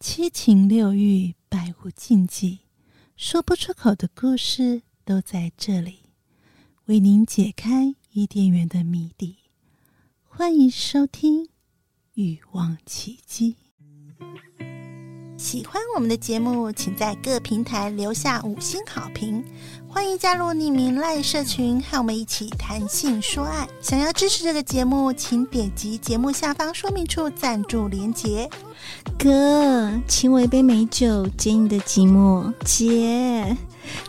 七情六欲，百无禁忌，说不出口的故事都在这里，为您解开伊甸园的谜底。欢迎收听《欲望奇迹》。喜欢我们的节目，请在各平台留下五星好评。欢迎加入匿名赖社群，和我们一起谈性说爱。想要支持这个节目，请点击节目下方说明处赞助连结。哥，请我一杯美酒，解你的寂寞。姐，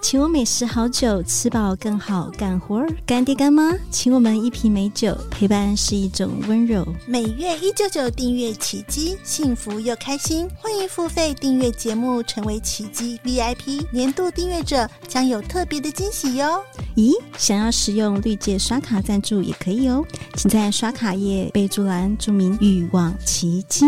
请我美食好酒，吃饱更好干活儿。干爹干妈，请我们一瓶美酒，陪伴是一种温柔。每月一九九订阅奇迹，幸福又开心。欢迎付费订阅节目，成为奇迹 VIP 年度订阅者，将有特别的惊喜哟！咦，想要使用绿界刷卡赞助也可以哦，请在刷卡页备注栏注明“欲望奇迹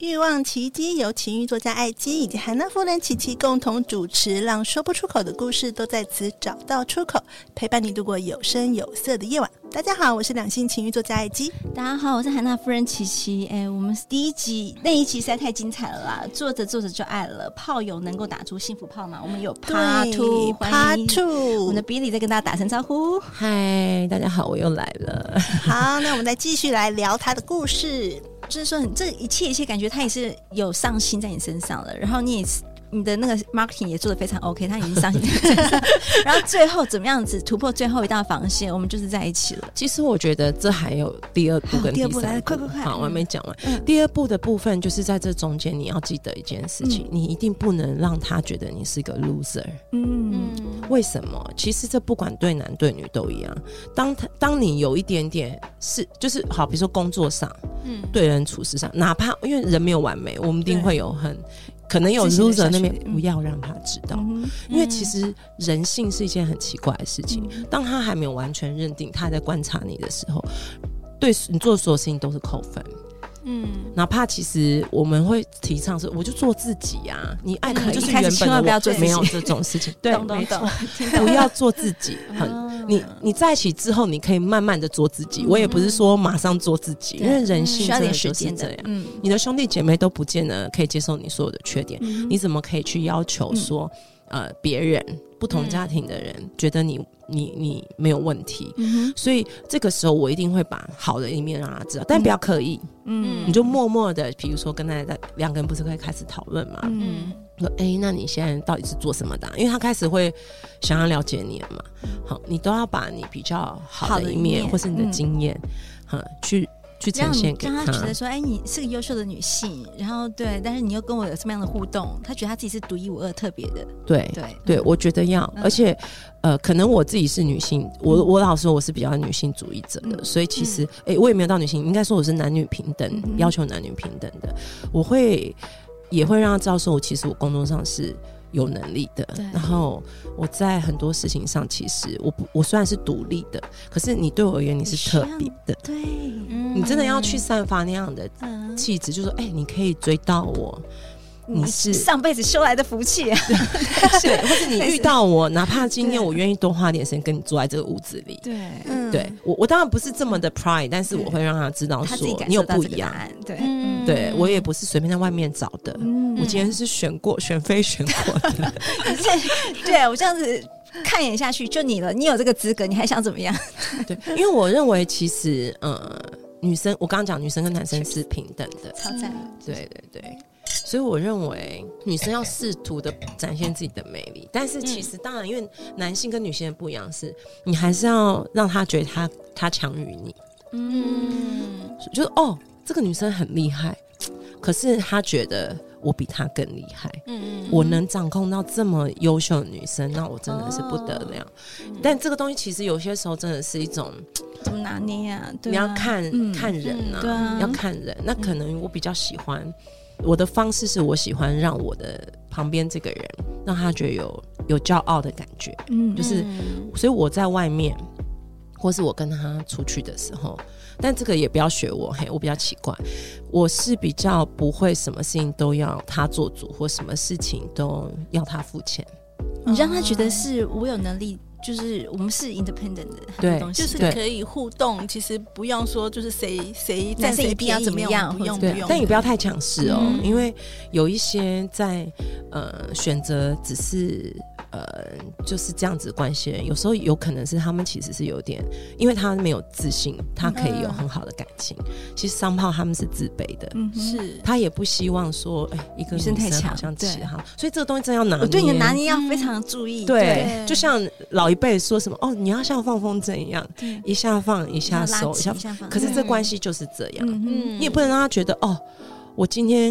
欲望奇迹由情欲作家艾姬以及韩娜夫人琪琪共同主持，让说不出口的故事都在此找到出口，陪伴你度过有声有色的夜晚。大家好，我是两性情欲作家艾 姬。”。大家好，我是韩娜夫人琪琪。哎，我们第一集那一集实在太精彩了啦，做着做着就爱了。炮友能够打出幸福炮吗？我们有 Part Two，欢迎 Part 我 Two 们的。比利在跟大家打声招呼。嗨，大家好，我又来了。 好，那我们再继续来聊他的故事。就是说，你这一切一切感觉他也是有上心在你身上了，然后你也是你的那个 marketing 也做的非常 OK，他已经上心在你身上，然后最后怎么样子突破最后一道防线，我们就是在一起了。其实我觉得这还有第二步跟还有第第二三步来快快快好，我还没讲完。嗯第二步的部分就是在这中间，你要记得一件事情，你一定不能让他觉得你是个 loser。嗯，嗯，为什么？其实这不管对男对女都一样。当他当你有一点点是，就是好，比如说工作上，嗯嗯，对人处事上，哪怕因为人没有完美，我们一定对会有很可能有嗯自己的小 loser 那边缺，点不要让他知道。嗯因为其实人性是一件很奇怪的事情，当他还没有完全认定他在观察你的时候，对你做的所有事情都是扣分。嗯，哪怕其实我们会提倡说，我就做自己啊，你爱的嗯就是一开原始千本的万我不要做自己没有这种 事情，对，懂懂没错懂， 嗯不要做自己，很。你你在一起之后，你可以慢慢的做自己。我也不是说马上做自己，因为人嗯需性要真的点就时是间这的样，。嗯，你的兄弟姐妹都不见得可以接受你所有的缺点，你怎么可以去要嗯求说，呃，别人不同家庭的人、觉得你你你没有问题？嗯所以这个时候，我一定会把好的一面让他知道，但不要刻意，哼嗯你就默默的，比如说跟他在两个人不是会开始讨论嘛，嗯说哎、那你现在到底是做什么的啊、因为他开始会想要了解你了嘛。好，你都要把你比较好好的的一一面，面或是你的嗯经验，哈、去去呈让现给让他觉得说，哎，你是个优秀的女性，然后对，但是你又跟我有什么样的互动？他觉得他自己是独一无二、特别的，对对对，我觉得要，嗯而且，呃，可能我自己是女性，我我老实说我是比较女性主义者的，嗯所以其实，诶，我也没有到女性，应该说我是男女平等，嗯哼要求男女平等的，我会也会让他知道说，我其实我工作上是有能力的对，然后我在很多事情上，其实我不，我虽然是独立的，可是你对我而言你你是需特要别的，对，你真的要去散发那样的嗯，气质，就说，诶，你可以追到 我，你是上辈子修来的福 气，对，或是你遇到我，哪怕今天我愿意多花点时间跟你坐在这个屋子里。对嗯对，我，我当然不是这么的 pride，但是对我会让他知道嗯他自己说感你有受到不这一个答样。案，对，嗯对我也不是随便在外面找的，嗯我今天是选过、选非、选过的。这对我这样子看眼下去，就你了，你有这个资格，你还想怎么样？对， 因为我认为其实呃，女生我刚刚讲女生跟男生是平等的，超赞，对对对，所以我认为女生要试图的展现自己的魅力，但是嗯其实当然，因为男性跟女性的不一样是，你还是要让他觉得他他强于你。嗯就是哦，这个女生很厉害，可是她觉得我比她更厉害。嗯我能掌控到这么优秀的女生，那我真的是不得了。哦但这个东西其实有些时候真的是一种，怎么拿捏啊？对啊你要看、嗯看人呐、对啊，要看人。那可能我比较喜欢我的方式，是我喜欢让我的旁边这个人让他觉得有有骄傲的感觉。嗯就是所以我在外面，或是我跟他出去的时候，但这个也不要学我，嘿，我比较奇怪，我是比较不会什么事情都要他做主，或什么事情都要他付钱。哦嗯哦你让他觉得是我有能力就是我们是 independent 的很多对东西，就是对可以互动，其实不用说就是谁谁占男生谁一定要便宜怎么没有样不用不或者用对啊不，用，但也不要太强势哦，嗯因为有一些在呃选择只是呃就是这样子的关系的人，有时候有可能是他们其实是有点，因为他没有自信，他可以有嗯很好的感情，其实商炮他们是自卑的。嗯哼，是他也不希望说，哎、一个女女生生太强好像对其他，所以这个东西真的要拿捏。我对你的拿捏要非常注意，对对，就像老一辈说什么哦，你要像放风筝一样对，一下放一要下拉收，一紧下一。下放，可是这嗯关系就是这样，嗯哼嗯你也不能让他觉得哦，我今天，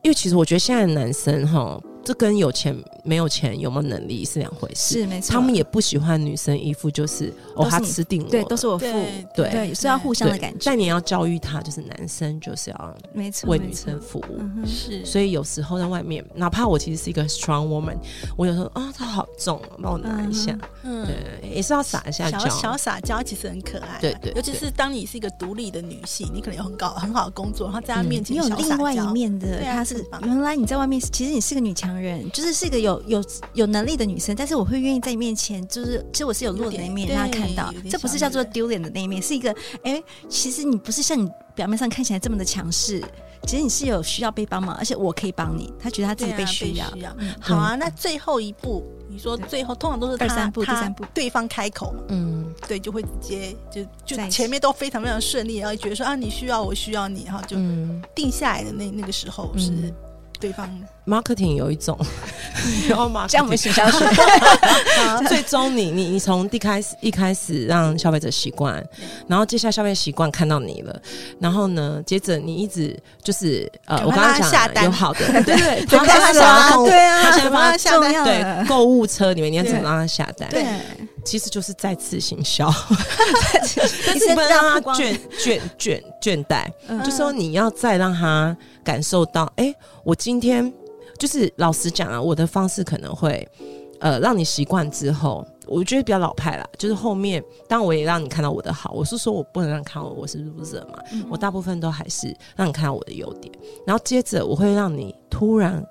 因为其实我觉得现在的男生哈，这跟有钱没有钱有没有能力是两回事。嗯是没错，他们也不喜欢女生一副就是都哦，是他你吃定我了，对都是我付，对对对是要互相的感觉，但你要教育他，就是男生就是要没错，为没女错生服务。嗯哼是所以有时候在外面，哪怕我其实是一个 strong woman，我有时候啊，他好重哦，帮我拿一下，嗯。对，也是要撒一下小娇。小撒娇其实很可爱啦，啊对对尤其对是当你是一个独立的女性，你可能有很高很好的工作，然后在她嗯面你前有小另撒外一娇，面的，对啊她这是很棒原来你在外面，其实你是个女强人，就是是一个有有有能力的女生，但是我会愿意在你面前，就是其实我是有弱的那一面有点让她看到对有，点这不是小叫女做人丢脸的那一面，是一个哎、其实你不是像你表面上看起来这么的强势，其实你是有需要被帮忙，而且我可以帮你，她觉得她自对己啊被需要，嗯好啊，那最后一步，你说对最后通常都是他二三步他第三步对方开口嘛，嗯，对，就会直接就在就一起前面都非常非常顺利，然后觉得说啊，你需要我需要你，然后就嗯定下来的那那个时候是嗯对方，marketing 有 一种，然后 marketing 这样我们行销学 最终你你你从一开始一开始让消费者习惯，然后接下来消费者习惯看到你了，然后呢，接着你一直就是呃，赶我快刚帮他刚讲下了单 有好的，对对，赶快他帮他下现在单购物对啊他现在帮他帮下他单重要了对购物车里面，你要怎么对让他下单？对啊其实就是再次行销，但一是直不能让他曝让他光倦倦倦倦怠，嗯就说你要再让他感受到，哎、我今天就是老实讲啊，我的方式可能会呃让你习惯之后，我觉得比较老派啦，就是后面当然我也让你看到我的好，我是说我不能让你看到我是 loser 嘛，嗯我大部分都还是让你看到我的优点，然后接着我会让你突然。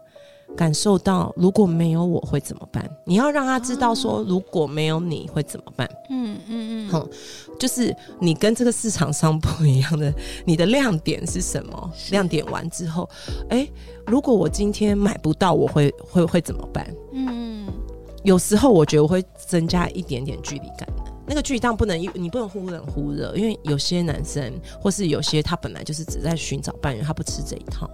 感受到如果没有我会怎么办？你要让他知道说如果没有你会怎么办？嗯嗯好就是你跟这个市场上不一样的，你的亮点是什么？亮点完之后，哎、如果我今天买不到，我会会会怎么办？嗯嗯，有时候我觉得我会增加一点点距离感。那个距离当然不能一，你不能忽冷忽热，因为有些男生或是有些他本来就是只在寻找伴侣，他不吃这一套，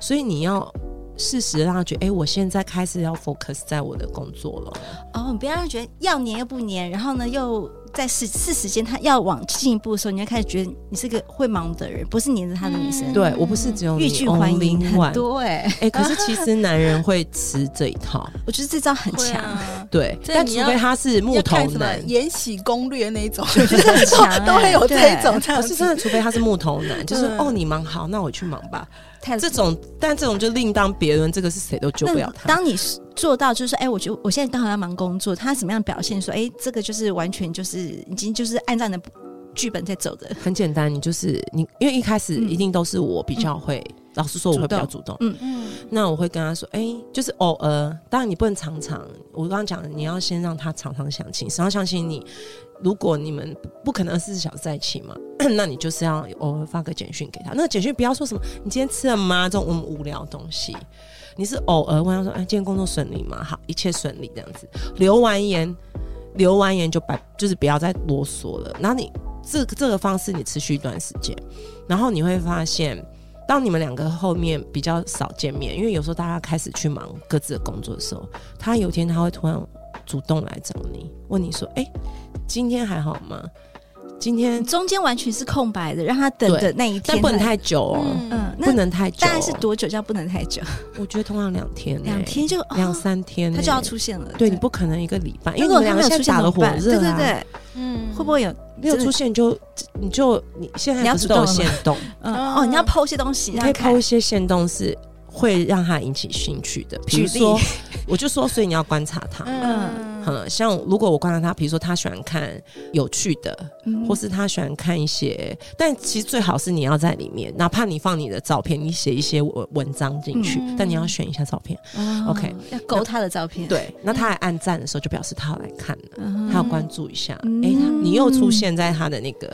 所以你要适时地让他觉得，哎、我现在开始要 focus 在我的工作了。哦，你不要让他觉得要黏又不黏，然后呢又在是是时间他要往进一步的时候，你就开始觉得你是个会忙的人，不是黏着他的女生。对我不是只有你嗯欲拒还迎 only 很 one 多哎、哎、可是其实男人会吃这一套，我觉得这招很会强，啊。对，这但你除要非他是木要头看什么男，《延禧攻略》那一种，这很 强、欸， 都会有这一种对，这样可是子真的，除非他是木头男，就是嗯哦，你忙好，那我去忙吧。太这种，但这种就另当别论，这个是谁都救那不了他。当你做到，就是说哎、我觉得我现在刚好要忙工作，他怎么样表现说，哎、这个就是完全就是已经就是按照你的剧本在走的，很简单，你就是你，因为一开始嗯一定都是我比较会，老实说我会比较主动。嗯，那我会跟他说，哎、就是偶尔，当然你不能常常。我刚刚讲的，你要先让他常常相亲，然后相信你。如果你们不不可能二十四小时在一起嘛， 那你就是要偶尔发个简讯给他。那个简讯不要说什么“你今天吃了吗”这种我们无聊的东西，你是偶尔问他说：“哎，今天工作顺利吗？”好，一切顺利这样子。留完言，留完言就把就是不要再啰嗦了。然后你这个这个方式你持续一段时间，然后你会发现，当你们两个后面比较少见面，因为有时候大家开始去忙各自的工作的时候，他有一天他会突然主动来找你，问你说：“哎、今天还好吗？今天中间完全是空白的，让他等对的那一天，但不能太久哦，嗯，那不能太久、哦。大概是多久叫不能太久？我觉得通常两天、欸两天、就两哦三天、欸他就要。出现了。对你不可能一个礼拜，因如为果我们他两没个有现出在现打怎么得火办？热、啊，对对对，嗯会不会有没有真的出现就你就你现在你要还不是主动都有了吗限动，嗯嗯哦？你要剖一些东西，你可让以他看抛一些限动是会让他引起兴趣的，比如举例 说，我就说，所以你要观察他。嗯嗯，像如果我观察他，比如说他喜欢看有趣的，嗯或是他喜欢看一些，但其实最好是你要在里面，哪怕你放你的照片，你写一些文文章进去，嗯但你要选一下照片。哦 OK，要勾他的照片，，对，那他来按赞的时候，就表示他要来看了，嗯他要关注一下。哎、嗯他你又出现在他的那个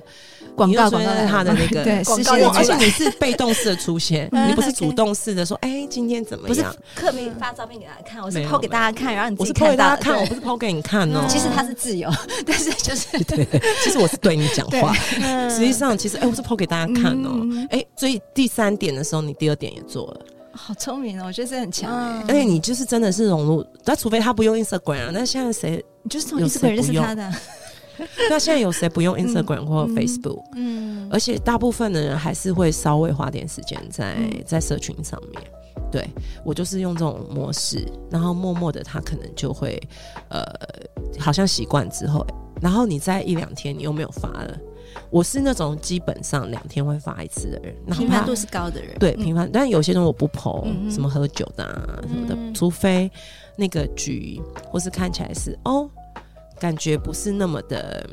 广你又告出广现告在他的那 个对广视告线我而的而且且你是被动式的出现，嗯你不是 OK 主动式的说，哎、今天怎么不是样？刻意发照片给大家看，我是没有抛给大家看，然后你自我己是抛给看到大家看，对我不是抛给你看哦、嗯其实他是自由， 但是就是 嗯对，其实我是对你讲话。实际实上，其实哎、我是抛给大家看哦、嗯哎、所以第三点的时候，你第二点也做了，好聪明哦，我觉得这很强哎，嗯而且你就是真的是融入。那除非他不用 Instagram 啊，那现在谁？你就是从有 Instagram 谁认不识用他的， 那现在有谁不用 Instagram 或嗯 Facebook？、嗯，而且大部分的人还是会稍微花点时间在、嗯在社群上面。对我就是用这种模式，然后默默的他可能就会，呃，好像习惯之后，然后你在一两天你又没有发了。我是那种基本上两天会发一次的人，哪频怕繁度是高的人，对嗯频繁，但有些人我不剖，嗯嗯什么喝酒的啊什么的，嗯除非那个局或是看起来是哦，感觉不是那么的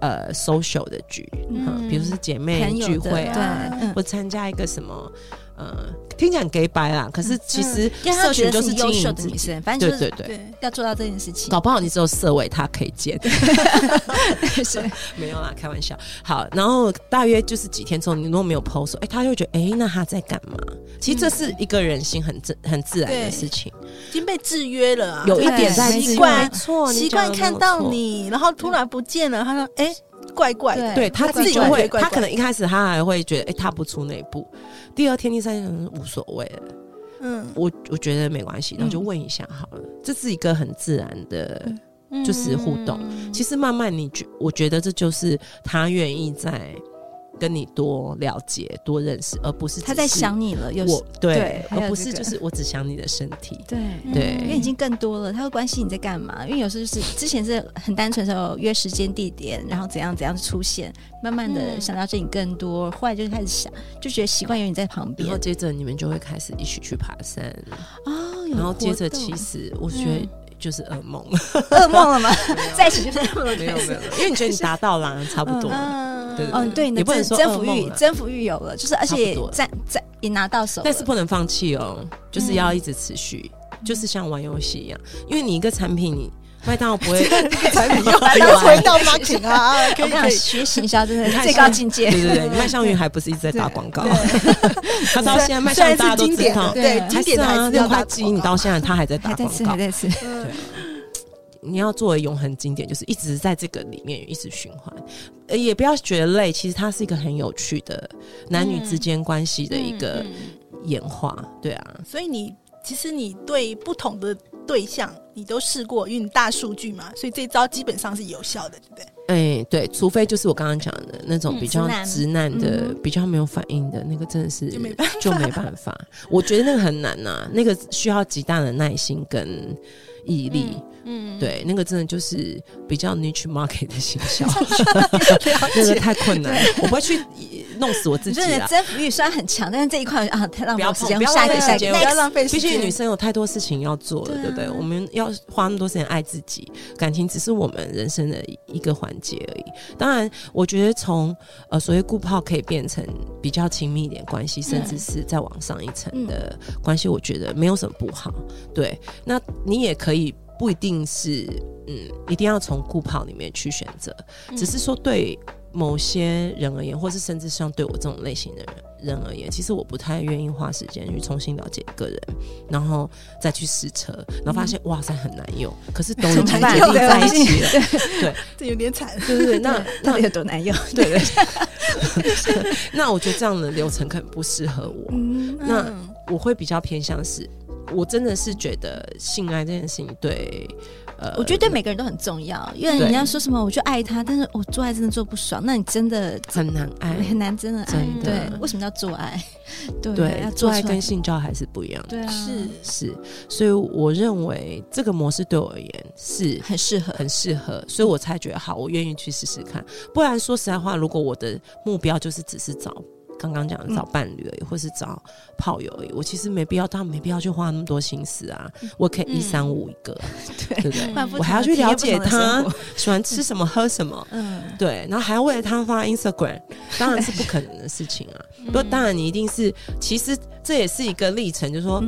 呃 social 的局，嗯，嗯比如是姐妹朋友聚的会对啊，嗯或参加一个什么呃，听起来很 gay 白啦，可是其实嗯因为他社觉群得就是是你经优秀营的自女己，生，反正对就是对对。对，要做到这件事情，搞不好你只有社委他可以见， 是没有啦，开玩笑。好，然后大约就是几天之后，你如果没有 PO 说，哎、他就会觉得，哎、那他在干嘛？其实这是一个人性很自很自然的对事情，已经被制约了啊，有一对点在没习错惯，没错，习你讲惯得看没有到错。你，然后突然不见了，他说：“哎、怪怪的。对他自己就怪怪会，怪怪他可能一开始他还会觉得，哎、踏不出那一步。第二天、第三天可能无所谓了，”嗯，我我觉得没关系，然后就问一下好了。这是一个很自然的，就是互动。嗯其实慢慢你觉，我觉得这就是他愿意在跟你多了解、多认识，而不是他只在是想你了，有时我对对，还有而不是这个就是我只想你的身体。对对因为已经更多了，他会关心你在干嘛。因为有时候就是之前是很单纯的时候约时间地点，然后怎样怎样出现，慢慢的嗯想了解你更多，后来就开始想，就觉得习惯有你在旁然边后接着你们就会开始一起去爬山，哦，有然后接活着动嗯其实我觉得就是噩梦， 噩梦了吗？ 在一起就是噩梦的没开有没有，始。没有因为你觉得你达到了，差不多了。嗯对对哦，对，你的也不能征说征服噩梦欲，啦征服欲有了，就是而且差不多了在在也拿到手了，但是不能放弃哦，就是嗯要一直持续，就是像玩游戏一样，因为你一个产品，你麦当劳 不会 产品又来到回到 marketing 啊，可我以跟你讲可以，学行销真的 你是看最现在高境界对。对对，麦香云还不是一直在打广告， 他到现在麦虽香然云大家是都经知典的，道，对对经还典是的还啊，是要六打块广鸡你到告现在他还在打还在广吃，告还，在吃，嗯你要做的永恒经典，就是一直在这个里面一直循环，呃也不要觉得累。其实它是一个很有趣的男女之间关系的一个嗯嗯演化，对啊，所以你其实你对不同的对象你都试过，因为你大数据嘛，所以这招基本上是有效的，对不对？哎、对，除非就是我刚刚讲的那种嗯比较直男直男的、嗯比较没有反应的那个，真的是就没办法就没办法。我觉得那个很难呐、那个需要极大的耐心跟毅力。嗯，对，那个真的就是比较 niche market 的行销，那个太困难，我不会去呃弄死我自你己啊真的啦。征服欲虽然很强，但是这一块啊太浪不费要我时间，碰我们下一不个要下一姐个浪费不要浪费 next 时间毕时间，竟女生有太多事情要做了，对啊对不对？我们要花那么多时间爱自己，感情只是我们人生的一个环节而已。当然，我觉得从呃所谓顾泡可以变成比较亲密一点关系，甚至是再往上一层的关系，我觉得没有什么不好。对，那你也可以不一定是嗯，一定要从顾泡里面去选择，嗯只是说对某些人而言，或是甚至像对我这种类型的人人而言，其实我不太愿意花时间去重新了解一个人，然后再去试车，然后发现、嗯哇塞很难 用，可是都已经怎决么办定对在一我已起了，这有点惨。对对对， 那到那底有多难用？对对， 那我觉得这样的流程可能不适合我，嗯，那嗯我会比较偏向是。我真的是觉得性爱这件事情对，呃，我觉得对每个人都很重要，因为对人家说什么我就爱他，但是我做爱真的做不爽，那你真的很难爱，很难真的爱。真的对，为什么叫做爱？ 对啊，对要，做做爱出跟性交还是不一样的。对啊，是是，所以我认为这个模式对我而言是很适合。很适合，所以我才觉得好，我愿意去试试看。不然说实在话，如果我的目标就是只是找刚刚讲嗯的找伴侣而已，或是找炮友而已，我其实没必要，当然没必要去花那么多心思啊。我可以嗯一三五一 个啊，对不对？蛮不我还要同的去嗯体验了不同解的他生活， 喜欢吃什么、喝什么，嗯，对，然后还要为了他 发 Instagram，当然是不可能的事情啊。嗯不过当然你一定是，其实这也是一个历程，就是嗯说。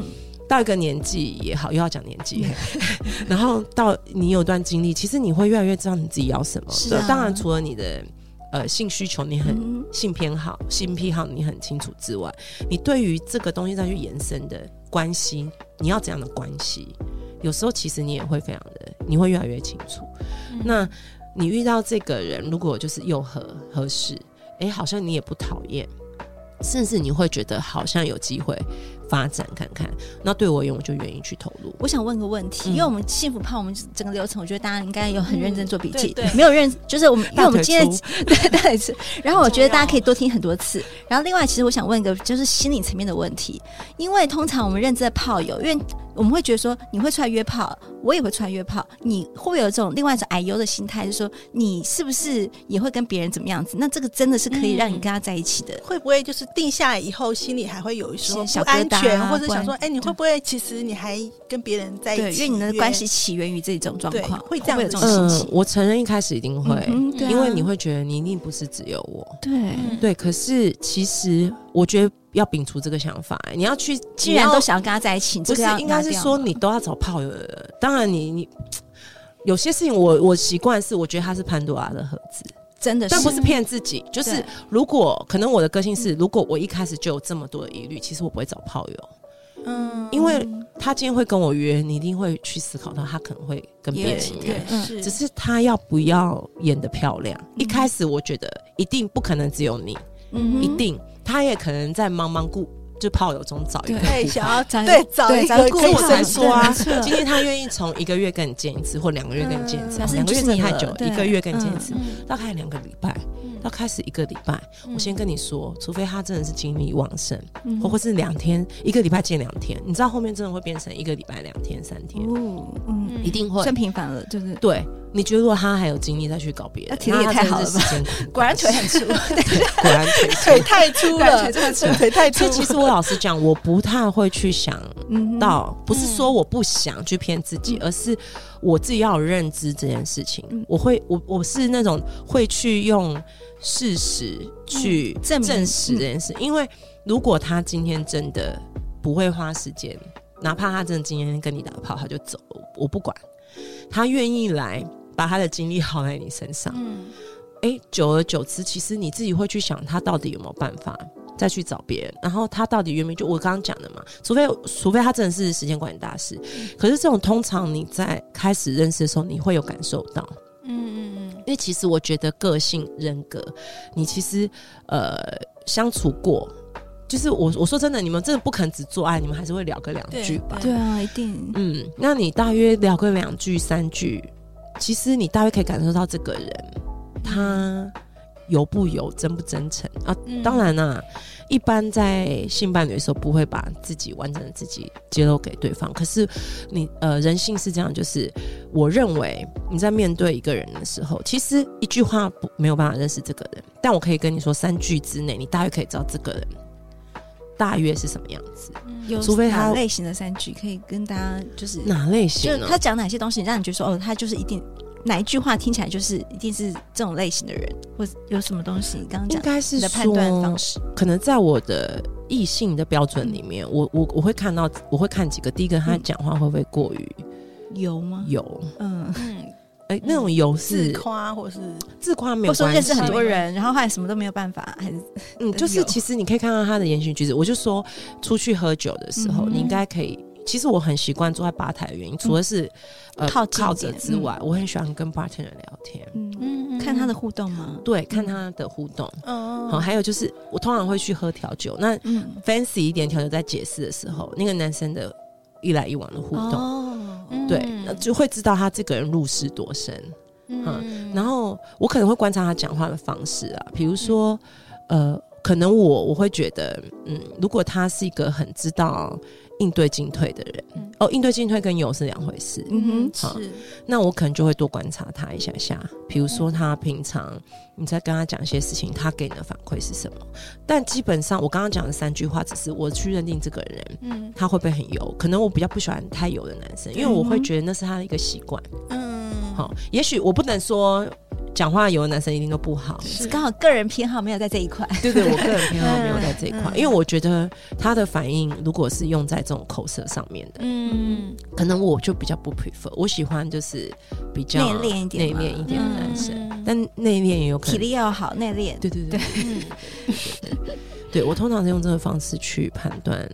到一个年纪也好，又要讲年纪， 然后到你有段经历，其实你会越来越知道你自己要什么。是啊对当然，除了你的呃性需求，你很嗯性偏好、性癖好你很清楚之外，你对于这个东西再去延伸的关系，你要怎样的关系？有时候其实你也会非常的，你会越来越清楚。嗯那你遇到这个人，如果就是又合合适，诶，好像你也不讨厌，甚至你会觉得好像有机会发展看看。那对我而言，我就愿意去投入。我想问个问题，嗯因为我们幸福怕我们整个流程，我觉得大家应该有很认真做笔记嗯，对对没有认就是我们，因为我们大腿今天粗对大腿粗，然后我觉得重要大家可以多听很多次。然后另外，其实我想问一个就是心理层面的问题，因为通常我们认知的炮友，因为我们会觉得说你会出来约炮，我也会出来约炮，你会不会有这种另外一种矮油的心态，就是说你是不是也会跟别人怎么样子？那这个真的是可以让你跟他在一起的，嗯会不会就是定下来以后，心里还会有一些是不小安疙瘩啊全，或者想说，关哎，你会不会其实你还跟别人在一对，因起？为你们的关系起源于这种状况，对会这不会样有这子种心嗯、情？我承认一开始一定会，嗯哼对啊因为你会觉得你一定不是只有我。对。嗯对，可是其实我觉得要摒除这个想法、欸你要去，既然你要都想要跟他在一起，你这不个是要应该拿是掉说吗你都要找炮友的人。当然你，你有些事情我我习惯是，我觉得它是潘多拉的盒子，真的是，但不是骗自己。就是对如果可能，我的个性是，如果我一开始就有这么多的疑虑，其实我不会找炮友，嗯，因为他今天会跟我约，你一定会去思考到他可能会跟别也人有约对。对是，嗯只是他要不要演的漂亮？一开始我觉得一定不可能只有你，嗯哼一定，他也可能在茫茫顾就炮友中找一个对对 顾想客。要找一对个找对一找个一个可以顾客生对活啊没错今天他愿意从一个月跟你见一次，或两个月跟你见一次，嗯两个月真的太久，对一个月跟你见一次，嗯大概两个礼拜，到开始一个礼拜。我先跟你说，除非他真的是精力旺盛，嗯或或是两天一个礼拜见两天，你知道后面真的会变成一个礼拜两天三天，哦，嗯，一定会算。频繁了，就是对，你觉得如果他还有精力再去搞别那人，体力也那太他真好的了是吧时间管理果然腿很粗，果然腿粗腿太粗了，腿太粗所以。 其实我老实讲，我不太会去想 嗯哼到，不是说我不想去骗自己，而是我自己要有认知这件事情。嗯我会，我我是那种会去用事实去嗯证明嗯证实这件事，因为如果他今天真的不会花时间，哪怕他真的今天跟你打炮，他就走，我不管，他愿意来。把他的精力耗在你身上，嗯诶，久而久之，其实你自己会去想他到底有没有办法再去找别人，然后他到底愿不愿意？就我刚刚讲的嘛，除非除非他真的是时间管理大师，可是这种通常你在开始认识的时候，你会有感受到，嗯嗯因为其实我觉得个性人格，你其实呃相处过。就是我我说真的，你们真的不肯只做爱，你们还是会聊个两对句吧？对啊，一定嗯，那你大约聊个两句三句，其实你大约可以感受到这个人他油不油、真不真诚啊。嗯当然啦、一般在性伴侣的时候不会把自己完整的自己揭露给对方，可是你呃人性是这样，就是我认为你在面对一个人的时候，其实一句话不没有办法认识这个人，但我可以跟你说三句之内，你大约可以知道这个人大约是什么样子，有除非他哪类型的三句可以跟大家就是，哪类型啊就是啊呢？他讲哪些东西，让你觉得说哦，他就是一定哪一句话听起来就是一定是这种类型的人，或者有什么东西？你刚刚应讲该是你说的判断方式，可能在我的异性的标准里面，我我我会看到，我会看几个。第一个，他讲话会不会过于有吗？油？嗯，嗯，哎、那种油自是夸或是自夸没或有说关认识系，很多人，然后后来什么都没有办法，还是嗯，就是有其实你可以看到他的言行举止。我就说，出去喝酒的时候，嗯你应该可以。其实我很习惯坐在吧台的原因，除了是、呃靠近靠一着点之外，我很喜欢跟 bartender 聊天，嗯，嗯看他的互动吗？对，看他的互动。嗯好、还有就是我通常会去喝调酒，那嗯， fancy 一点调酒在解释的时候，那个男生的一来一往的互动。哦，对，那就会知道他这个人入世多深。嗯然后我可能会观察他讲话的方式啊，比如说，呃，可能我我会觉得，嗯，如果他是一个很知道应对进退的人。嗯哦，应对进退跟有是两回事。嗯是好那我可能就会多观察他一下下，比如说他平常你在跟他讲一些事情，他给你的反馈是什么？但基本上我刚刚讲的三句话，只是我去认定这个人嗯他会不会很油。可能我比较不喜欢太油的男生，因为我会觉得那是他的一个习惯。嗯，好、也许我不能说讲话油的男生一定都 不好，是是刚好个人偏好没有在这一块，对对，我个人偏好没有在这一块，嗯因为我觉得他的反应如果是用在这种口舌上面的，嗯可能我就比较不 prefer，我喜欢就是比较内敛一点内嘛敛一点的男生，嗯但内敛也有可体能。力嗯要好，内敛。对对对，对我通常是用这个方式去判断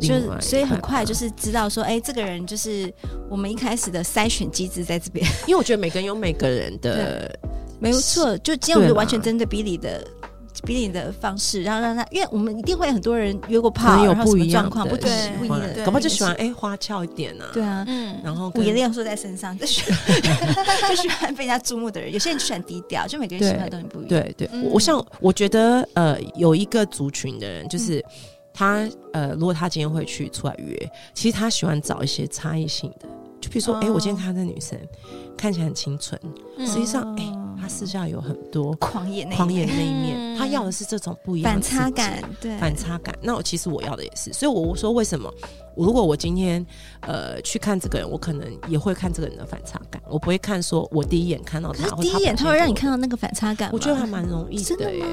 另就是外一半吧，啊所以很快就是知道说，哎、这个人就是我们一开始的筛选机制在这边， 因为我觉得每个人有每个人的，没有错。就今天我们对就啦完全针对比你的比你的方式，然后让他，因为我们一定会有很多人约过可能炮，有然后不什么一样状况的不对一不一喜欢样的，搞不好就喜欢哎花俏一点啊，对，啊。嗯，然后五跟颜六色在身上，就喜 就喜欢被人家注目的人。有些人喜欢低调，就每个人对喜欢的东西不一样。对对，嗯我我像我觉得呃，有一个族群的人，就是嗯他呃，如果他今天会去出来约，其实他喜欢找一些差异性的，就比如说，哎、我今哦天看到这女生看起来很清纯，实际上，哎、她私下有很多嗯狂野那一狂面野的那一面，嗯她要的是这种不一样的反差刺激感，对，反差感。那我其实我要的也是，所以我我说为什么？我如果我今天呃去看这个人，我可能也会看这个人的反差感，我不会看说我第一眼看到可他，是或第一眼表他会现让你给看到那个反差感吗，我，我觉得还蛮容易真的的耶。吗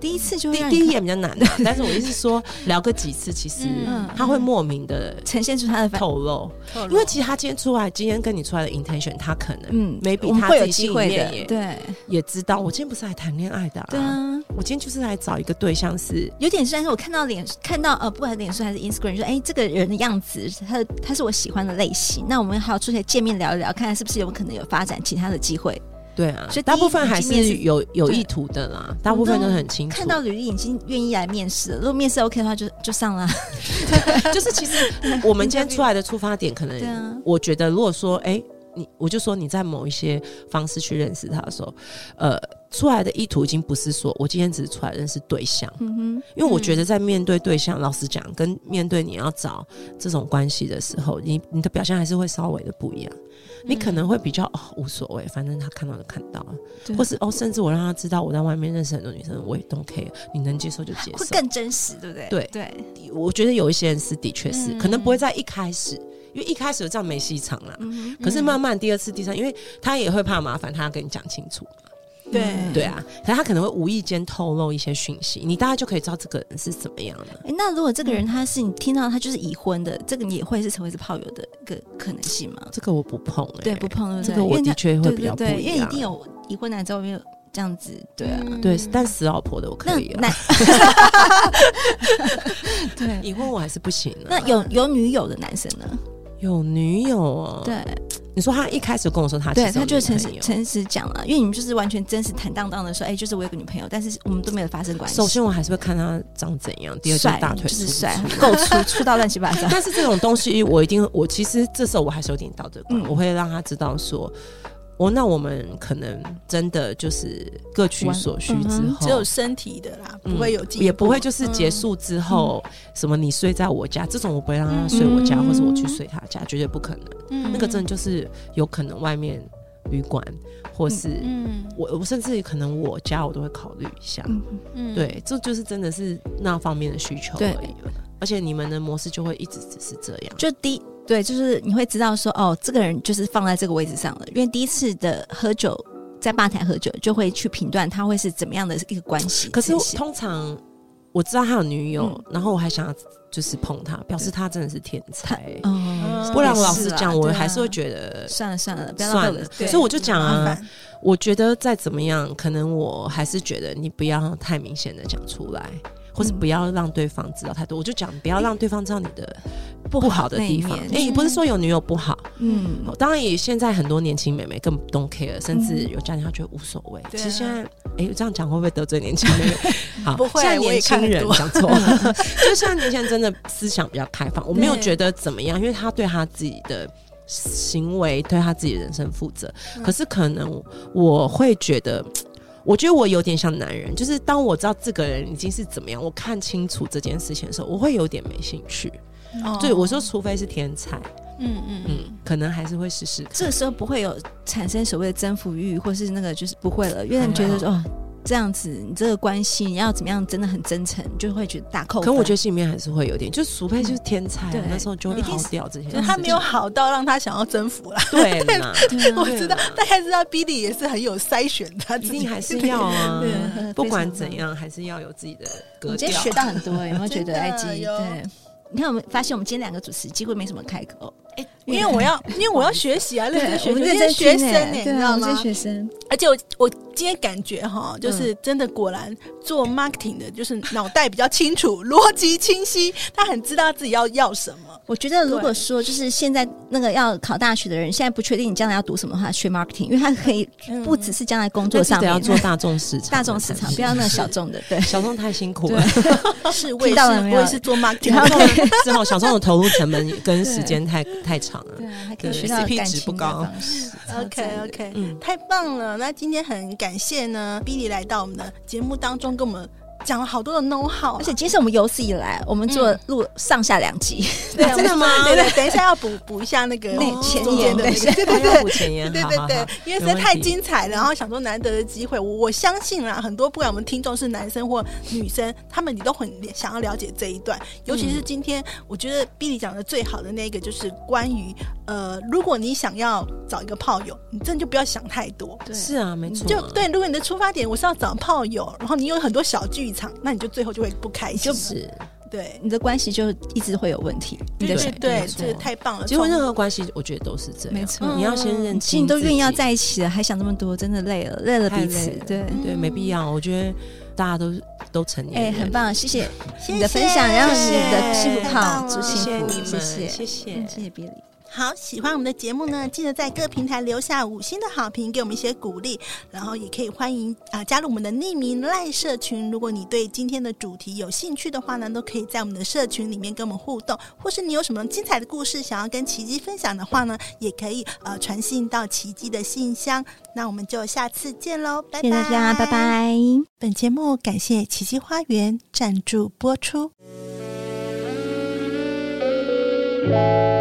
第一次就会第让第你一看眼比较难、 啊，但是我意思是说聊个几次，其实嗯他会莫名的呈现出他的反，透露，嗯因为其实他今天出来，今天跟你出来的 intention，他可能嗯 maybe 我们他会自有己机心里会面的，也对也知道，我今天不是来谈恋爱的、啊，对，啊，我今天就是来找一个对象是。有点像是我看到脸，看到呃，不管是脸书还是 Instagram，说哎、这个人的样子，他的他是我喜欢的类型，那我们好出来见面聊一聊，看看是不是有可能有发展其他的机会。对啊，所以大第一部分还见面是是有有对意图的啦，大部分都很清楚。看到履历已经愿意来面试了，如果面试 OK 的话就，就上了。就是其实我们今天出来的出发点，可对啊能我觉得如果说，哎、你我就说你在某一些方式去认识他的时候，呃，出来的意图已经不是说我今天只是出来认识对象，嗯因为我觉得在面对对象，老实讲，跟面对你要找这种关系的时候，你你的表现还是会稍微的不一样。嗯你可能会比较哦无所谓，反正他看到就看到了对，或是哦，甚至我让他知道我在外面认识很多女生，我也 don't care，你能接受就接哼，会受。更真实，对不对？对对，我觉得有一些人是的确是，嗯可能不会在一开始，因为一开始有这样没戏场啦。嗯可是慢慢第二次、第三，因为他也会怕麻烦，他要跟你讲清楚，哼，对嗯对。啊，可是他可能会无意间透露一些讯息，你大概就可以知道这个人是怎么样的。哎，那如果这个人他是你听到他就是已婚的，这个你也会是成为是炮友的一个可能性吗？这个我不碰、欸，对，不碰对不这对个因为我他的确会对比较对不对，因为一样。定有已婚男在外面有这样子，对啊。对，但死老婆的我那可以啊，男 对，已婚我还是不行啊。那有有女友的男生呢？有女友哦，对，你说他一开始跟我说啊他其对实他有就女诚朋实友诚实讲了，因为你们就是完全真实坦荡荡的说，哎，就是我有个女朋友，但是我们都没有发生关系。首先我还是会看他长怎样，第二就是帅大腿就粗是不粗帅，够粗，粗到乱七 八糟。但是这种东西，我一定，我其实这时候我还是有点道德观，嗯我会让他知道说，哦，那我们可能真的就是各取所需玩嗯之哼后，只有身体的啦，嗯不会有进一步，也不会就是结束之后、什么你睡在我家，这种我不会让他睡我家，嗯或者我去睡他家，绝对不可能。嗯那个真的就是有可能外面旅馆，或是、嗯我我甚至可能我家我都会考虑一下。嗯，嗯，对，这就是真的是那方面的需求而对已了。而且你们的模式就会一直只是这样。就第对，就是你会知道说，哦，这个人就是放在这个位置上了，因为第一次的喝酒。在吧台喝酒，就会去评断他会是怎么样的一个关系。可是呈我现通常我知道他有女友，嗯然后我还想要就是碰他，表示他真的是天才。哦，嗯不然我也老是实啦讲，我对啊还是会觉得算了算了，不要浪费算我了的。对所以我就讲麻啊，烦，我觉得再怎么样，可能我还是觉得你不要太明显的讲出来。或是嗯不要让对方知道太多，我就讲不要让对方知道你的不好的那一地方。面哎、不是说有女友不好，嗯哦，当然也现在很多年轻妹妹更不 don't care，甚至有家庭她觉得无所谓。嗯其对啊实现在，哎、我这样讲会不会得罪年轻 妹妹？好，不会现在我也年看轻很人多讲 错，了，就是现在年轻人真的思想比较开放，我没有对觉得怎么样，因为他对他自己的。行为对他自己的人生负责，嗯可是可能我会觉得，我觉得我有点像男人，就是当我知道这个人已经是怎么样，我看清楚这件事情的时候，我会有点没兴趣。哦对，我说，除非是天才，嗯嗯嗯嗯，，可能还是会试试看。这个时候不会有产生所谓的征服欲，或是那个就是不会了，因为你觉得说哦，这样子你这个关系你要怎么样，真的很真诚，就会觉得大扣分。可我觉得心里面还是会有点，就除非就是嗯天才啊、对那时候就会一定逃是掉这些可事情。嗯是哦他没有好到让他想要征服啦。 对啦，对啊我知道，大概知道 Billy 也是很有筛选他一自己定还是要啊 对对，不管怎样还是要有自己的我格们今调天。学到很多，有没有觉真 得的埃及？有对，你看我们发现我们今天两个主持几乎没什么开口，因为我要，因为我要学习啊，认真我学习。们我今天听学生欸呢，你对知啊，道我们嗯吗这？学生，而且我我今天感觉哈，就是真的果然做 marketing 的，就是脑袋比较清楚， 逻辑清晰，他很知道自己要要什么。我觉得如对果说就是现在那个要考大学的人，现在不确定你将来要读什么的话，学 marketing，因为他可以不 只是将来工作但是上得面要做大众 市 场的产品，大众市场，不要那个小众的，对。小众太辛苦对了，是，我也听是，到了我没有也是做 marketing 然的。后 之后小众的投入成本跟时间太太长了对。啊，还可以对学到 CP 感值不情的高方 式。 OK OK，嗯，太棒了！那今天很感谢呢，Billy 来到我们的节目当中，跟我们讲了好多的 know how，啊而且今天是我们有史以来我们做录上下两集，对真的吗哦对 对，等一下要补补一下那个哦那前中间言的那对个，对对还对要。补前 言，对好对好对好，因为实没在问太题精彩了，然后想说难得的机会，我我相信啦，很多不管我们听众是男生或女生，他们你都很想要了解这一段，尤其是今天，我觉得 Billy 讲的最好的那个就是关于呃，如果你想要找一个炮友，你真的就不要想太多。 对是啊，没嗯错啊，就对，如果你的出发点我是要找炮友，然后你有很多小剧场，那你就最后就会不开心了。是。对，你的关系就一直会有问题。你的对对对没，错这个太棒了。结果从任何关系，我觉得都是这样。没错嗯你要先认啊你清，心都愿意要，在一起了，还想那么多，真的累了，累了嗯太彼此累。了对，对，没必要。我觉得大家都都成年哎，人了，很棒，谢谢谢你的分享，谢让你的谢幸太福棒靠了祝谢谢幸福，你们，谢谢，谢谢嗯，谢谢比利。好，喜欢我们的节目呢，记得在各平台留下五星的好评，给我们一些鼓励。然后也可以欢迎啊、加入我们的匿名赖社群。如果你对今天的主题有兴趣的话呢，都可以在我们的社群里面跟我们互动，或是你有什么精彩的故事想要跟奇迹分享的话呢，也可以呃传信到奇迹的信箱。那我们就下次见喽，拜拜！谢谢大家，拜。拜。本节目感谢奇迹花园赞助播出。 Thank